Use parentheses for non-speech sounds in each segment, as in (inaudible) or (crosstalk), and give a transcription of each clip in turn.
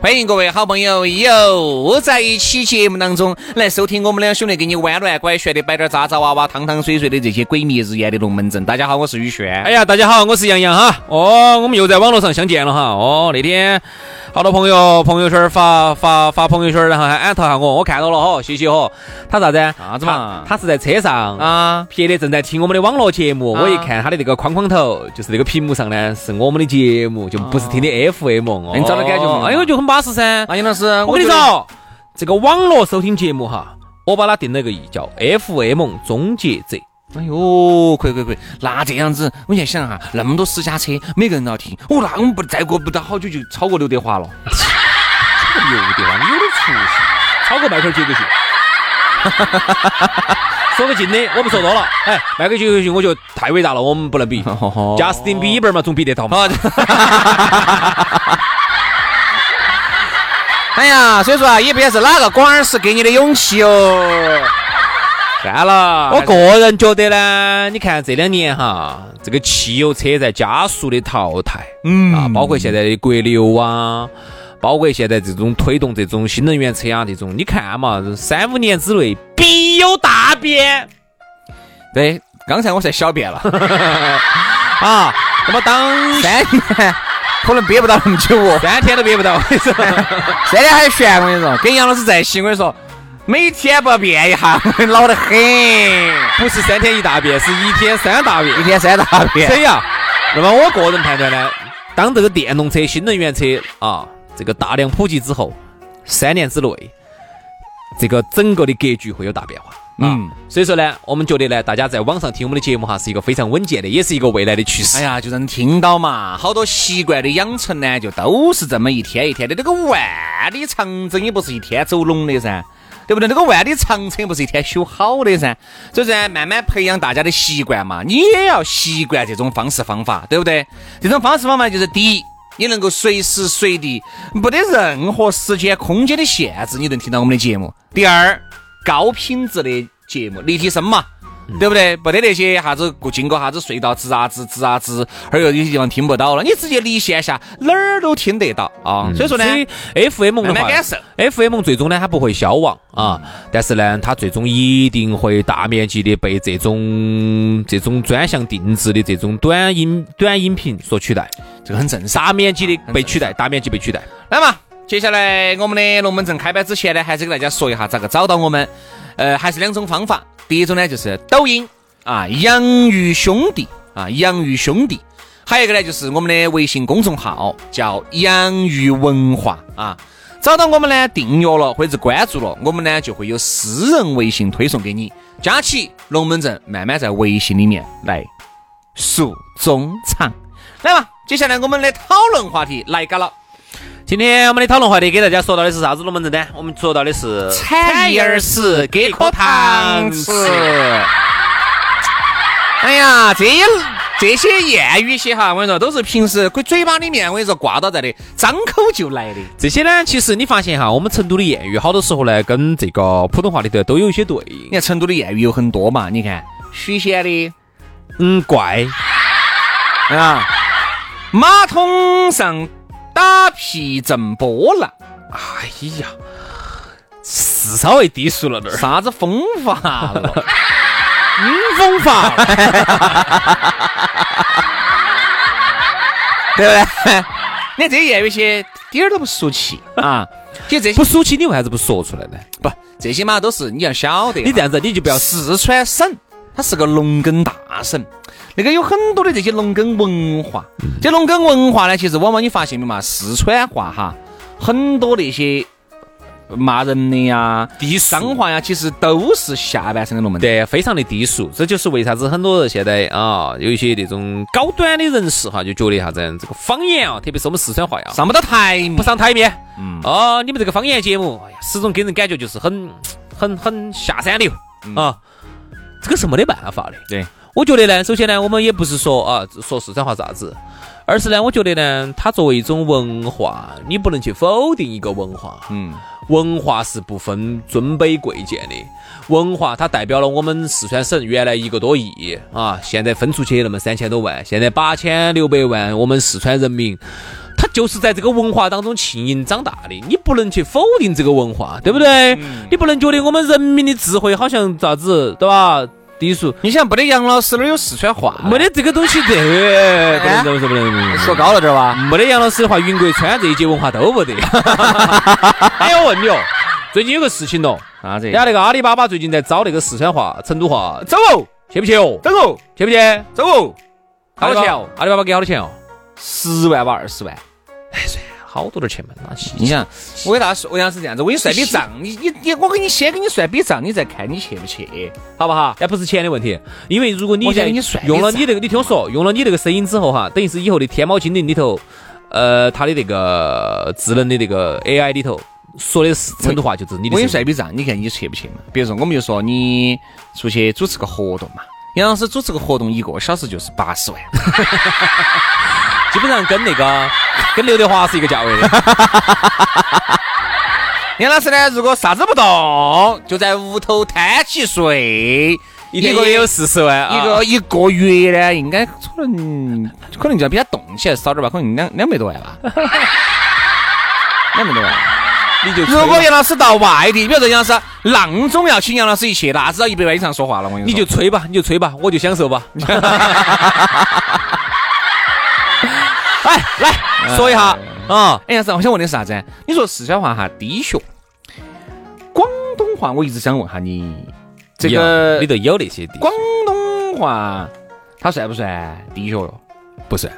欢迎各位好朋友又在一期节目当中来收听我们两兄弟给你弯弯拐旋的摆点儿渣渣娃娃、汤汤水水的这些鬼迷日眼的龙门阵。大家好，我是宇轩。哎哎，呀，大家好，我是杨洋哈。哦，我们又在网络上相见了哈。哦，那天好多朋友朋友圈儿发发发朋友圈儿，然后还艾特下我，我看到了哦，谢谢哦。他啥子？啥子嘛他他是在车上啊，撇的正在听我们的网络节目，啊我一看他的这个框框头，就是这个屏幕上呢是我们的节目，就不是听的 FM 哦。那你找到感觉没有哎呦，就很巴适噻。那杨老师，我跟你，说，这个网络收听节目哈，我把它定了个义叫 FM 终结者。哎呦，可以可以可以，那这样子，我现在想哈、那么多私家车，每个人都要听，哦，那我们不再过不到好久就超过刘德华了。有的话，你有点出息，超过迈克尔杰克逊。 (laughs) 说个近的，我不说多了。哎，迈克尔杰克逊我觉得太伟大了，我们不能比。贾斯汀比伯嘛，总比得到嘛。哎呀，所以说啊，也不晓得是哪个广儿是给你的勇气哦。算了，我个人觉得呢，你看这两年哈，这个汽油车在加速的淘汰，嗯啊，包括现在的国六啊，包括现在这种推动这种新能源车啊，这种你看嘛，三五年之内必有大变对，刚才我才小便了，啊。那么当 (laughs) 三天可能憋不到那么久哦，三天都憋不到，我跟你说，三天还悬，我跟你说，跟杨老师在一起，我跟你说，每天不变一下， (laughs) 老得很，不是三天一大变，是一天三大变一。天三大变。这样，那么我个人判断呢，当这个电动车、新能源车啊，这个大量普及之后，三年之内，这个整个的格局会有大变化。嗯啊，所以说呢，我们觉得呢，大家在网上听我们的节目哈，是一个非常稳健的，也是一个未来的趋势。哎呀，就让你听到嘛，好多习惯的养成呢，就都是这么一天一天的。那个万里长征也不是一天走拢的噻，对不对？那个万里长征也不是一天修好的噻。所以说，慢慢培养大家的习惯嘛，你也要习惯这种方式方法，对不对？这种方式方法就是第一。你能够随时随地，不得任何时间空间的限制，你能听到我们的节目。第二，高品质的节目，立体声嘛，对不对？不得那些啥子过经过啥子隧道吱啊吱吱啊吱，而又有些地方听不到了，你直接离线下哪儿都听得到啊。所以说呢， ，FM 的慢慢嗯话感受，FM 最终呢它不会消亡啊，但是呢，它最终一定会大面积的被这种这种专项定制的这种短音短音频所取代，这个很正常。大面积的被取代，大面积被取代。来嘛，接下来我们的龙门阵开摆之前呢，还是给大家说一下咋个找到我们。呃，还是两种方法，第一种呢就是抖音啊，养鱼兄弟啊，养鱼兄弟。还有一个呢，就是我们的微信公众号叫“养鱼文化”啊，找到我们呢，订阅了或者是关注了，我们呢就会有私人微信推送给你，加起龙门阵，慢慢在微信里面来诉衷肠。来嘛，接下来我们的讨论话题来嘎了。今天我们的讨论话题给大家说到的是啥子龙门阵呢？我们说到的是产业儿是给颗糖吃。 (laughs) 哎呀，这这些谚语些哈，我跟你说，都是平时鬼嘴巴里面我跟你说挂到在的，张口就来的。这些呢，其实你发现哈，我们成都的谚语好多时候呢，跟这个普通话里头都有一些对应你。看成都的谚语有很多嘛，你看许仙的嗯，怪，啊，马桶上打屁震波浪，哎呀，是稍微低俗了点儿，啥子风法了？风 (laughs) 法。对不对？你看这些谚语些，点儿都不俗气啊！其实这些不俗气，你为啥子不说出来呢？不，这些嘛都是你要晓得啊，你这样子你就不要四川省，它是个农耕大省，那个有很多的这些农耕文化。嗯这农耕文化呢，其实往往你发现没嘛，四川话哈，很多那些骂人的呀、低俗脏话呀，其实都是下半身的龙门阵。对，非常的低俗，这就是为啥子很多人现在啊，有一些那种高端的人士哈，就觉得啥子这个方言啊，特别是我们四川话呀，上不到台面不，上台面。嗯。哦，你们这个方言节目，哎呀，始终给人感觉就是很、很、很下三流啊。这个是没得办法的。嗯对，我觉得呢，首先呢，我们也不是说啊说四川话啥子，而是呢，我觉得呢，它作为一种文化，你不能去否定一个文化。嗯，文化是不分尊卑贵贱的，文化它代表了我们四川省原来一个多亿啊，现在分出去那么三千多万，现在八千六百万，我们四川人民。他就是在这个文化当中浸淫长大的，你不能去否定这个文化，对不对？你不能觉得我们人民的智慧好像咋子，对吧？低俗，你想没得杨老师那儿有四川话，没得这个东西 (laughs) 的，对不能这么哎说，不能这么说高了点儿吧？没得杨老师的话，云贵川这一届文化都没 (laughs) 得。哎呀，我问你哦，最近有个事情哦，啥子人？家那个阿里巴巴最近在招那个四川话、成都话，走哦，去不去哦？走哦，去不去？走哦，好多好多钱钱哦哦？阿里巴巴给好多钱哦？十万吧，二十万。好多点钱嘛，那稀你想，我给大家说，我想是这样子，我给你算笔账，你你你，我给你先给你算笔账，你再看你去不去，好不好？哎，不是钱的问题，因为如果你我先在给你算一用了下你那个，你听我说，用了你那个声音之后哈，等于是以后的天猫精灵里头，呃，它的那个智能的那个 AI 里头说的是成都话，就是你的我给你声算音。笔账，你看你去不去嘛？比如说，我们就说你出去主持个活动嘛，杨老师主持个活动一个小时就是八十万，基本上跟那个跟刘德华是一个价位 (laughs) 的。杨老师呢，如果啥子不动，就在屋头摊起睡，一个月有四十万啊，一个一个月呢，应该可能可能就要比他动起来少点吧，可能两两百多万吧，两百多万。你就 (laughs) 如吹果吧杨老师到外地，比如说杨老师阆中要请杨老师一去，那至少一百万以上说话了。我跟你你说就吹吧，你就吹吧，我就享受 (laughs) 吧。 (laughs) 哎，来说一下啊，哎，杨老师，我想问的是啥子？你说四川话哈低俗，广东话我一直想问下你，这有个里头有那些地，广东话它算不算低俗哟？不算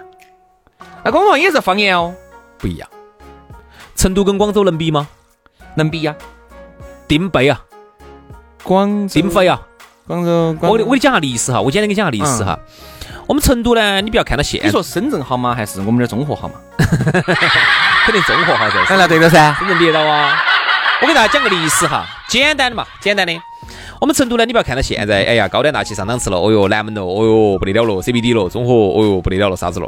那广东话也是方言哦，不一样。成都跟广州能比吗？能比呀？丁倍啊，广丁飞啊。广州，我我我给你讲下历史哈，我简单给你讲下历史哈。我们成都呢，你不要看到现嗯你，说深圳好吗？还是我们这儿综合好吗？肯定综合哈噻，那对了噻。深圳跌倒啊。我给大家讲个历史哈，简单的嘛，简单的。我们成都呢，你不要看到现在，哎呀，高端大气上档次了，哦哟，南门楼，哦哟，不得了了，CBD 了，综合，哦哟，不得了了，啥子了？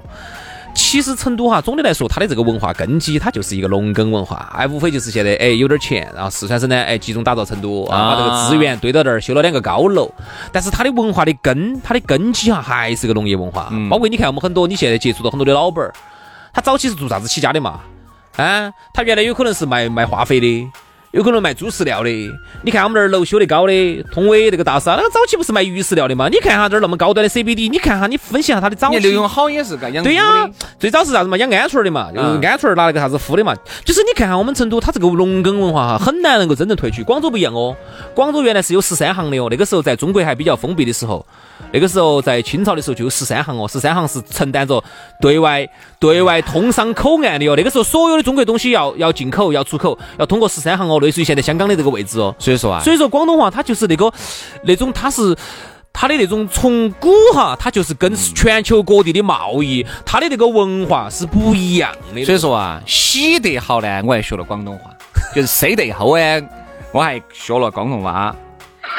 其实成都哈，总的来说，它的这个文化根基，它就是一个农耕文化，哎，无非就是现在哎有点钱，然后四川省呢，哎集中打造成都啊，啊把这个资源堆到那儿，修了两个高楼。但是它的文化的根，它的根基哈，还是个农业文化。包括你看我们很多，你现在接触到很多的老板儿，他早期是做啥子起家的嘛？啊，他原来有可能是卖卖化肥的。有可能卖猪饲料的，你看我们这儿楼修得高的，通威那个大厦，那个早期不是卖鱼饲料的嘛？你看哈这儿那么高端的 CBD，你看哈你分析下它的早你期看刘永好也是个养对呀、猪的最早是啥子嘛？养鹌鹑儿的嘛，就是嗯鹌鹑儿拿那个啥子孵的嘛。就是你看啊哈，我们成都它这个农耕文化哈，很难能够真正推去。广州不一样哦，广州原来是有十三行的哦，那个时候在中国还比较封闭的时候，那个时候在清朝的时候就有十三行哦，十三行是承担着对外对外通商口岸的哦。那个时候所有的中国东西要要进口、要出口，要通过十三行哦，类似于现在香港的这个位置哦。所以说啊，所以说广东话它就是那个那种它是。它的那种从古哈，它就是跟全球各地的贸易，它的那个文化是不一样的。所以说啊，洗得好呢，我还学了广东话， (laughs) 就是塞得好呢，我还学了广东话。 (laughs)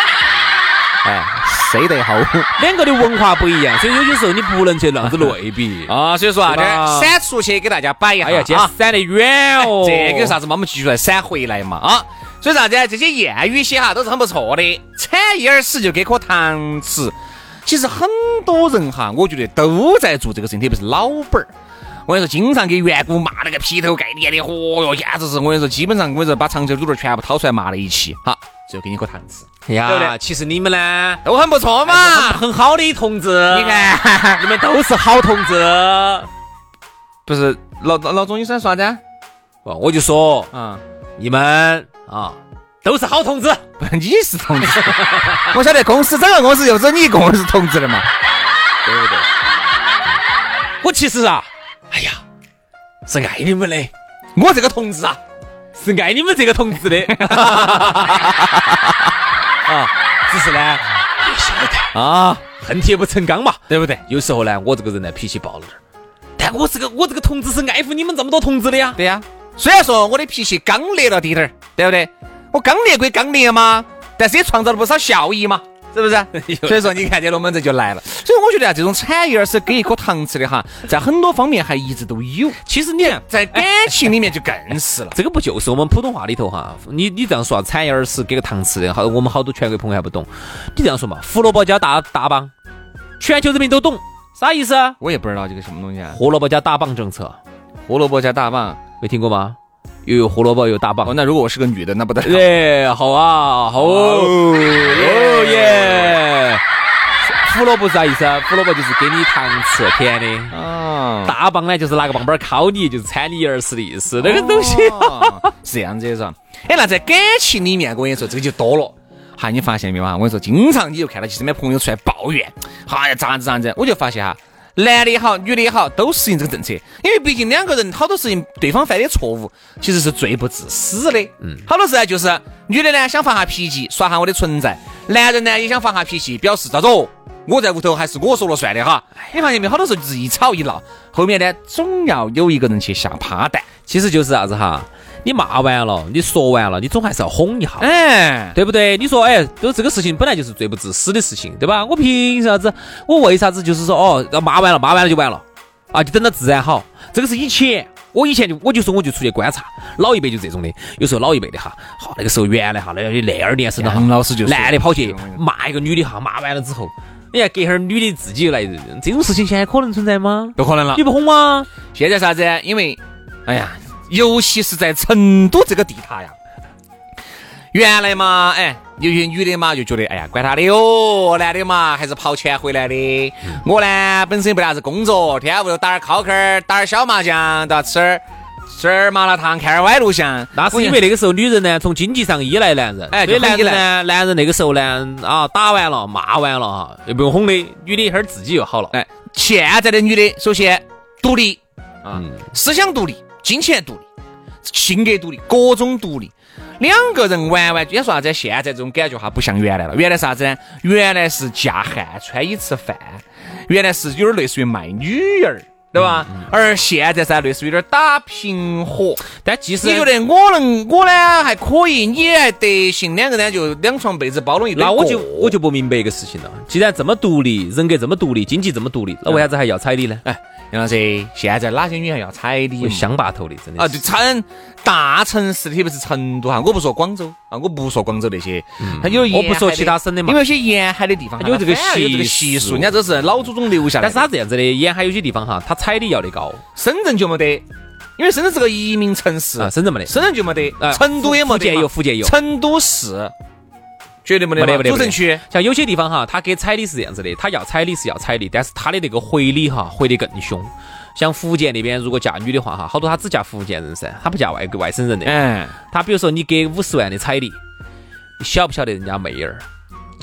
哎，塞得好。两个的文化不一样，所以有些时候你不能去那样子类比 (laughs) 啊，所以说啊，对吧这闪出去给大家摆一下哎呀，今天啊，闪得远哦。 (laughs) 这个？啥子嘛，我们继续来闪回来嘛啊。所以啥子啊这些谚语些哈都是很不错的，铲一耳屎就给颗糖吃。其实很多人哈，我觉得都在做这个事情，特别是老板儿。我跟你说，经常给员工骂那个劈头盖脸的，嚯哟，简直是我跟你说，基本上我跟你说，把长久卤儿全部掏出来骂了一气，哈，最后给你颗糖吃，哎对不呀，对其实你们呢，都很不错很嘛。很好的同志。你，看，啊 (laughs) 你们都是好同志。不是老老老总，你想说啥子啊？哦我就说啊，你们啊，都是好同志。不，你是同志， (laughs) 我晓得公司整个公司就只有你一个是同志的嘛。 (laughs) 我其实啊，哎呀，是爱你们的，我这个同志啊，是爱你们这个同志的。 (laughs) 啊，只是呢，也晓得啊，恨铁不成钢嘛。对不对？有时候呢，我这个人呢脾气暴了点儿，但我这个我这个同志是爱护你们这么多同志的呀。对呀、虽然说我的脾气刚烈了滴点儿，对不对？我刚烈归刚烈嘛，但是也创造了不少效益嘛，是不是？所以说，你看这龙门阵就来了。所以我觉得啊，这种产业儿是给一颗糖吃的哈，在很多方面还一直都有，其实你看在感情里面就更是了。 (laughs) 这个不就是我们普通话里头哈？你你这样说啊，产业儿是给个糖吃的，好，我们好多全国朋友还不懂。你这样说嘛，胡萝卜加大大棒，全球人民都懂，啥意思啊？我也不知道这个什么东西啊，胡萝卜加大棒政策胡萝卜加大棒。没听过吗？又有胡萝卜又有大哦，棒。那如果我是个女的，那不得了。耶，好啊，好 (laughs) 哦哦耶！胡萝卜是啥意思啊？胡萝卜就是给你糖吃，甜的。啊，大棒呢，就是拿个棒棒儿敲你，就是掺你儿是的意思，那个东西。哦是这样子的是吧？哎，那在感情里面，我跟你说，这个就多了。哈，你发现没有啊？我跟你说，经常你就看到其身边朋友出来抱怨，哈呀，咋子咋子，我就发现哈。男的也好，女的也好，都适应这个政策，因为毕竟两个人好多事情，对方犯的错误其实是罪不至死的。嗯，好多事呢，就是女的呢想发下脾气，耍下我的存在；男人呢也想发下脾气，表示咋子哦，我在屋头还是我说了算的哈。你发现没有？好多时候就是一吵一闹，后面呢总要有一个人去下趴蛋。其实就是啥子哈？你骂完了，你说完了，你总还是要哄一下。哎，对不对？你说，哎，都这个事情本来就是罪不至死的事情，对吧？我凭啥子？我为啥子就是说，哦，要骂完了，骂完了就完了，啊，就等到自然好。这个是以前，我以前就我就说我就出去观察，老一辈就这种的。有时候老一辈的哈，好那个时候原来哈，那那二年生的哈，杨老师就说男的跑去骂一个女的哈，骂完了之后，你看隔一会儿女的自己又来，这种事情现在可能存在吗？不可能了你。不哄吗？现在啥子？因为，哎呀，尤其是在成都这个地塔呀，原来嘛，哎，有些女的嘛就觉得，哎呀，管他的哟，男的嘛还是跑钱回来的。我呢本身也不啥子工作，天天屋头打点烤烤儿，打点小麻将，都要吃点吃点麻辣烫，看点歪录像。那是因为那个时候女人呢，从经济上依赖男人，哎所以就很男依人赖呢，男人那个时候呢，啊，打完了骂完了哈，又不用哄的，女的一会儿自己就好了。哎，现在的女的首先独立啊，嗯思想独立，金钱独立，性格独立，各种独立。两个人完完，全说啥子？现在这种感觉哈，不像原来了。原来啥子呢？原来是嫁汉穿衣吃饭，原来是有点类似于卖女儿，对吧？嗯而现在噻，类似于有点打平和。但即使你觉得我能，我呢还可以，你还得行，两个呢就两床被子包拢一堆那我就过我就不明白一个事情了，既然这么独立，人格这么独立，经济这么独立，那为啥子还要彩礼呢？哎，杨老师，现在哪些女孩要彩礼我嘛？乡坝头的，真的啊，是就成大城市，特别是成都哈，我不说广州啊，我不说广州那些，它有嗯我不说沿海的其他省的嘛因为有些沿海的地方哈它有这个它反而有这个习习俗俗，人家这是老祖宗留下来但的。是他这样子的，沿海有些地方哈，他彩礼要的高深圳就没得，因为深圳是个移民城市啊，，深圳没得，嗯深圳就没得啊，成都也没福得嘛，建有，福建有。成都市绝对没没得得嘛，没得主城区像有些地方哈，他给彩礼是这样子的，他要彩礼是要彩礼，但是他的那个回礼哈，回得更凶。像福建那边，如果嫁女的话哈，好多他只嫁福建人噻，他不嫁外国外省人的。哎，他比如说你给五十万的彩礼，你晓不晓得人家妹儿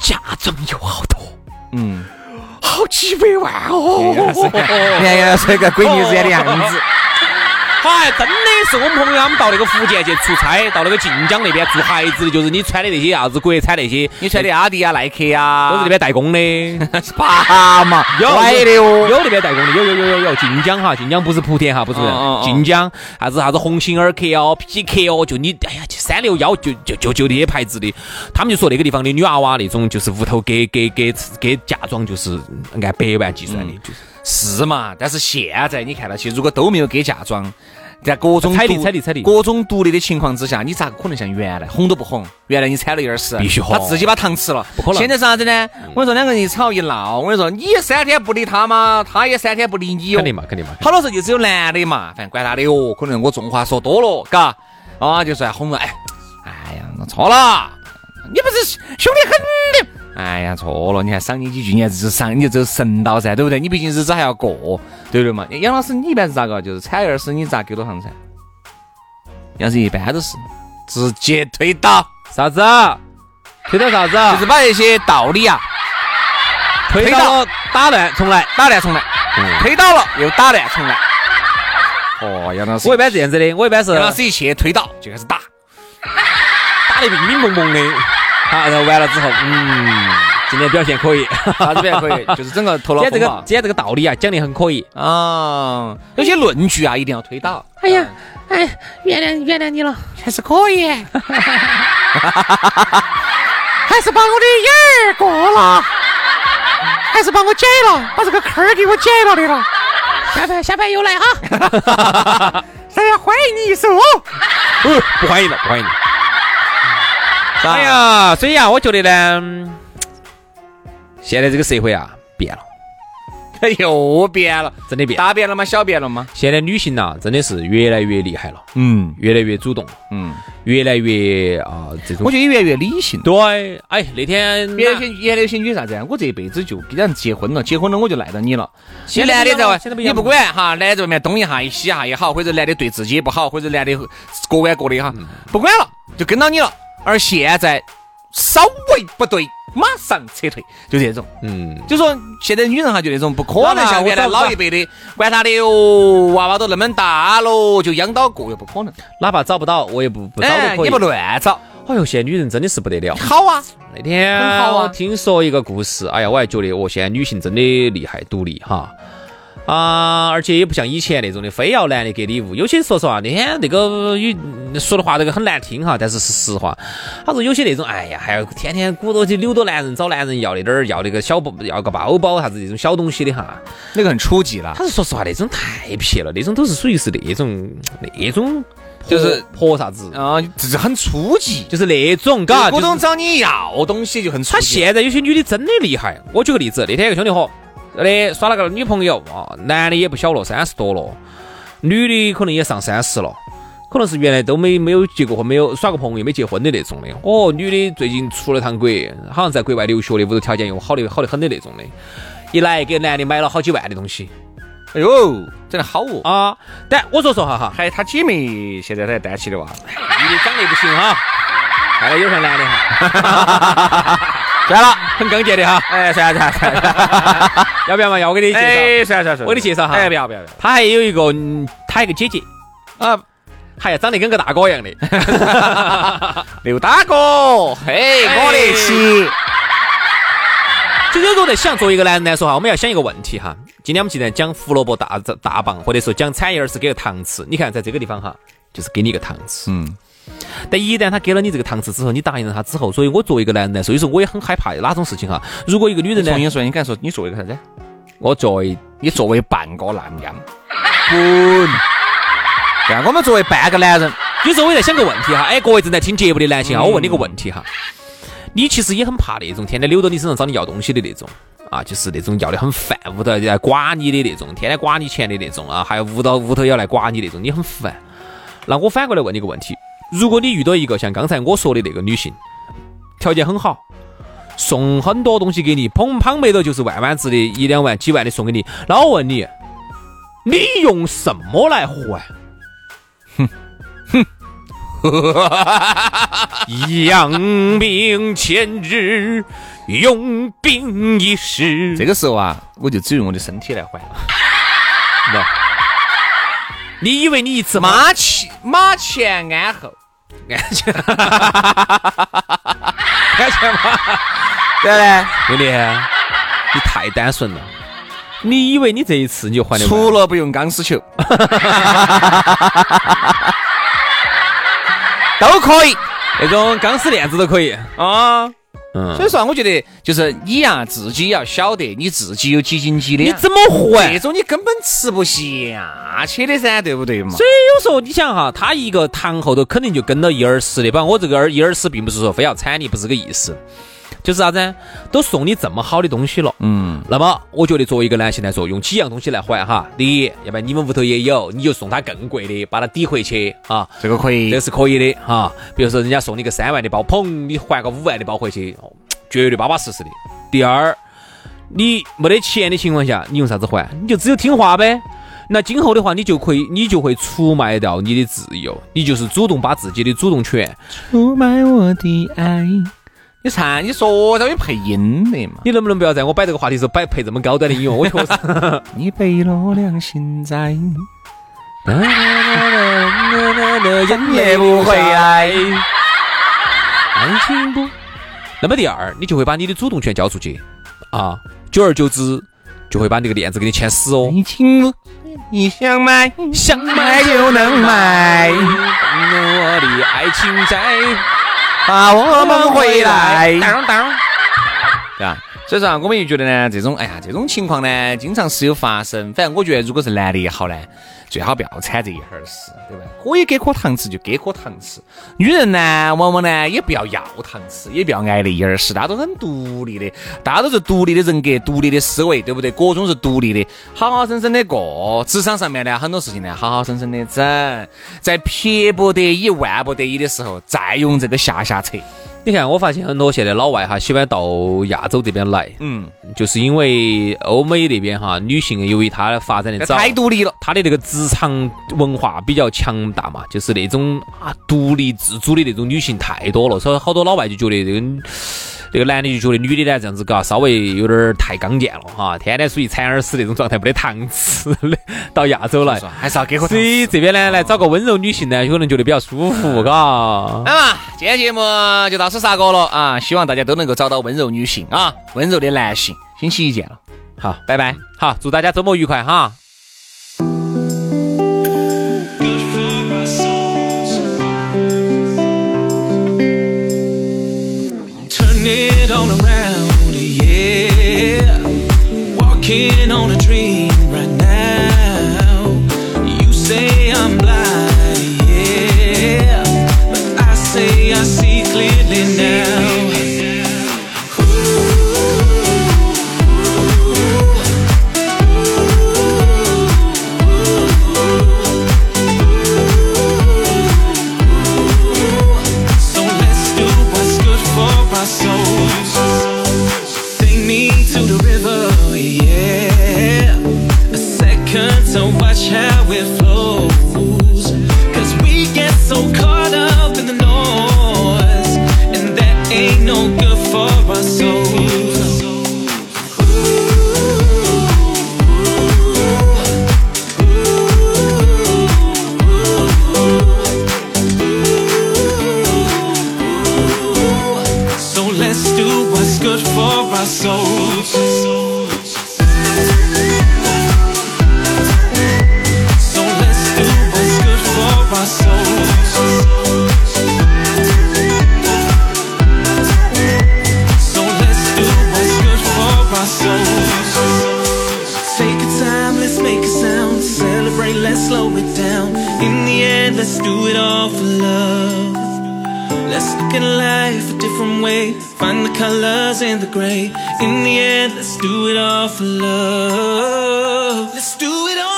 嫁妆有好多，嗯，好几百万哦。你看杨老师个闺女人的样子，哎，真的是我们朋友他们到那个福建去出差，到那个晋江那边做孩子的，就是你穿的那些啥子国产那些，你穿的阿迪啊、耐克啊，都是那边代工的。爸嘛，有歪的哦，有那边代工的，有有有有有晋江哈，晋江不是莆田哈，不是哦哦哦晋江啥子啥子鸿星尔克哦、PK 哦，就你哎呀，就三六幺就就就就那些牌子的，他们就说那个地方的女娃娃那种，就是屋头给给给给嫁妆就是按百万计算的，嗯就是是嘛？但是现在你看到起，如果都没有给嫁妆，在各种啊彩礼独彩礼彩礼各种独立的情况之下，你咋可能像原来哄都不哄？原来你掺了一点屎，必须哄他自己把糖吃了。不可能现在是啥子呢？我跟你说，两个人一吵一闹，我跟你说，你三天不理他嘛，他也三天不理你哟肯。定嘛，肯定嘛。好多时候就只有男的嘛，反正管他的哟，可能我重话说多了，嘎，啊，就是哎哄了，哎，哎呀，我错了，你不是凶得很的。哎呀，错了！你还赏你几句，你还只赏你就神到噻，对不对？你毕竟日子还要过，对不对嘛？杨老师，你一般是咋个？就是产业儿是你咋给多长噻？杨老师一般都是直接推倒，啥子？啊推倒啥子？啊就是把那些道理啊推倒倒了，嗯打乱，重来。打乱重来，推倒了又打乱重来。哦，杨老师，我一般这样子的，我一般是杨老师一去推倒就开始打，打得迷迷蒙蒙的， (laughs) 好，然后完了之后，嗯，今天表现可以，啥子表可以？就是整个头脑 (laughs) 今 (laughs) 天这风个暴今天这个道理啊讲得很可以，啊，有些论据啊一定要推倒。嗯哎呀，哎，原谅原谅你了，还是 (laughs) 可以，还是把我的眼儿过了，还是把我解了，把这个坑儿给我解了的了。下班下班又来哈。啊大家欢迎你一首。哦，不欢迎了，不欢迎了。哎呀，所以啊，我觉得呢，嗯现在这个社会啊变了， (laughs) 又变了，真的变。大变了吗？小变了吗？现在女性呐、真的是越来越厉害了，嗯越来越主动，嗯，越来越啊、这种我。觉得越来越理性。对，哎，那天原来有些原来有些女啥子啊？我这一辈子就跟人结婚了，结婚了我就赖到你了。你现在男的不一在样外了现在，不一你样不管哈，男的在外面东一下西一下也好，或者男的对自己也不好，或者男的各玩各的哈，不管了，就跟到你了。而现在稍微不对，马上撤退，就这种。嗯，就说现在女人哈，就那种不可能像原来那我早老一辈的，管他的哟，娃娃都那么大喽，就养到过又不可能，哪怕找不到，我也不不找哎，都可也以。不乱找，哎呦，现在女人真的是不得了。好啊，那天很好啊我听说一个故事，哎呀，我还觉得哦，现在女性真的厉害独立哈。啊，而且也不像以前那种的，非要男的给礼物。有些说实话，那天那个有说的话，这个很难听哈，但是是实话。他说有些那种，哎呀，还要天天鼓捣去扭到男人，找男人要那点儿，要那个小包，要个包包啥子这种小东西的哈。那个很初级了。他是说实话，那种太撇了，那种都是属于是那种那种泼，就是泼啥子，啊，这是很初级，就是那种，嘎，股就是东找你要东西就很啊他出现。现在有些女的真的厉害。我举个例子，那天有个兄弟伙，那耍了个女朋友啊，男的也不小了，三十多了，女的可能也上三十了，可能是原来都没没有结过婚，没有耍过朋友，没结婚的那种的。哦，女的最近出了趟国，好像在国外留学的，屋头条件又好的好的很的那种的，一来给男的买了好几万的东西哎呦，真的好哦！啊。但我说实话哈，还有他姐妹现在她还单起的娃，女的长得不行哈，看来有点男的哈， (laughs) 算了，很刚健的哈，哎，算了算了算了， (laughs) 要不要嘛？要我给你介绍。哎，算了算了算了，我给你介绍哈哎，不要不要不他还有一个，嗯他还有一个姐姐，要，啊，还要长得跟个大哥一样的， (laughs) 刘大哥，嘿，哎我的起，就有时候在想，作为一个男人来说哈，我们要想一个问题哈。今天我们既然讲胡萝卜大大棒，或者说讲产业是给个糖吃，你看在这个地方哈，就是给你一个糖吃。嗯，但一旦他给了你这个糖吃之后，你答应了他之后，所以我作为一个男人来说，有时候我也很害怕哪种事情哈。如果一个女人呢重，新说，你敢说你作为一个啥子？我作为你作为半个男人，滚！对啊，我们作为半个男人，有时候我也在想个问题哈，哎，各位正在听节目的男性啊，我问你个问题哈，你其实也很怕那种天天溜到你身上找你要东西的那种啊，就是那种要的很烦，屋头来刮你的那种，天天刮你钱的那种啊，还有屋到屋头要来刮你那种，你很烦。那我反过来问你个问题，如果你遇到一个像刚才我说的那个女性，条件很好。送很多东西给你，捧捧没得就是万万值的，一两万、几万的送给你。那我问你，你用什么来 (laughs) 还？养兵千日，用兵一时。这个时候啊，我就只用我的身体来还。个，你以为你一次吗？马前马前鞍后，安全，安全吗？对不对？兄弟，你太单纯了。你以为你这一次你就还得除了不用钢丝 (laughs) 球，都可以那种钢丝链子都可以？啊。嗯所，以说啊，我觉得就是你呀、自己要晓得你自己有几斤几两。你怎么还这？种你根本吃不下去的噻，对不对嘛？所以有时候你想哈，他一个堂后头肯定就跟到一二十的，把我这个二一二十，并不是说非要铲你，不是这个意思，就是啥子呢？都送你这么好的东西了，嗯，那么我觉得作为一个男性来说，用几样东西来还哈，第一，要不然你们屋头也有，你就送他更贵的，把他抵回去啊。这个可以这是可以的哈，比如说人家送你个三万的包，砰，你还个五万的包回去，哦绝对巴巴适适的。第二，你没得钱的情况下，你用啥子还？你就只有听话呗。那今后的话，你就可以，你就会出卖掉你的自由，你就是主动把自己的主动权。出卖我的爱。你唱，你说让你配音的嘛？你能不能不要在我摆这个话题的时候摆配这么高端的音乐？我确实， (laughs) 你背了良心债，眼泪不啊回来。安心不？那么第二，你就会把你的主动权交出去啊，久而久之就会把这个链子给你牵死哦。你请我，你想买，想买就能买，我的爱情债，把我们回来。当当。对吧？所以说啊，我们就觉得呢，这种哎呀，这种情况呢，经常是有发生。反正我觉得，如果是男的也好呢，最好不要掺这一哈儿事，对吧？可以给颗糖吃就给颗糖吃。女人呢，往往呢也不要要糖吃，也不要挨那一哈儿事，大家都很独立的，大家都是独立的人格、独立的思维，对不对？各种是独立的，好好生生的过。职场上面呢，很多事情呢，好好生生的整，在撇不得已、万不得已的时候，再用这个下下策。你看，我发现很多现在老外哈喜欢到亚洲这边来，嗯，就是因为欧美那边哈女性由于她发展的早，太独立了。她的那个职场文化比较强大嘛，就是那种啊独立自主的那种女性太多了，所以好多老外就觉得这个。这个男的就觉得女的呢这样子搞，稍微有点儿太刚健了哈，天天属于馋耳屎那种状态，没得糖吃的， (laughs) 到亚洲来是，吧还是要给颗糖所吃以。这边呢来找个温柔女性呢，有可能觉得比较舒服，嘎。那么今天节目就到此杀过了啊！希望大家都能够找到温柔女性啊，温柔的男性。星期一见了，好，拜拜。好，祝大家周末愉快哈。 Turn it all around, yeah. Walking on a dream right now. You say I'm blind, yeah. But I say I see clearly now. So let's do what's good for our souls. Take me to the river, yeah. A second to watch how it flows. Cause we get so caught up in the noise, and that ain't no good for our souls. So let's do what's good for our souls. So let's do what's good for our souls. So let's do what's good for our souls. Take a time, let's make a sound. Celebrate, let's slow it down. In the end, let's do it all for love. Let's look at life a different way. Find the colors in the gray. In the end, let's do it all for love. Let's do it all.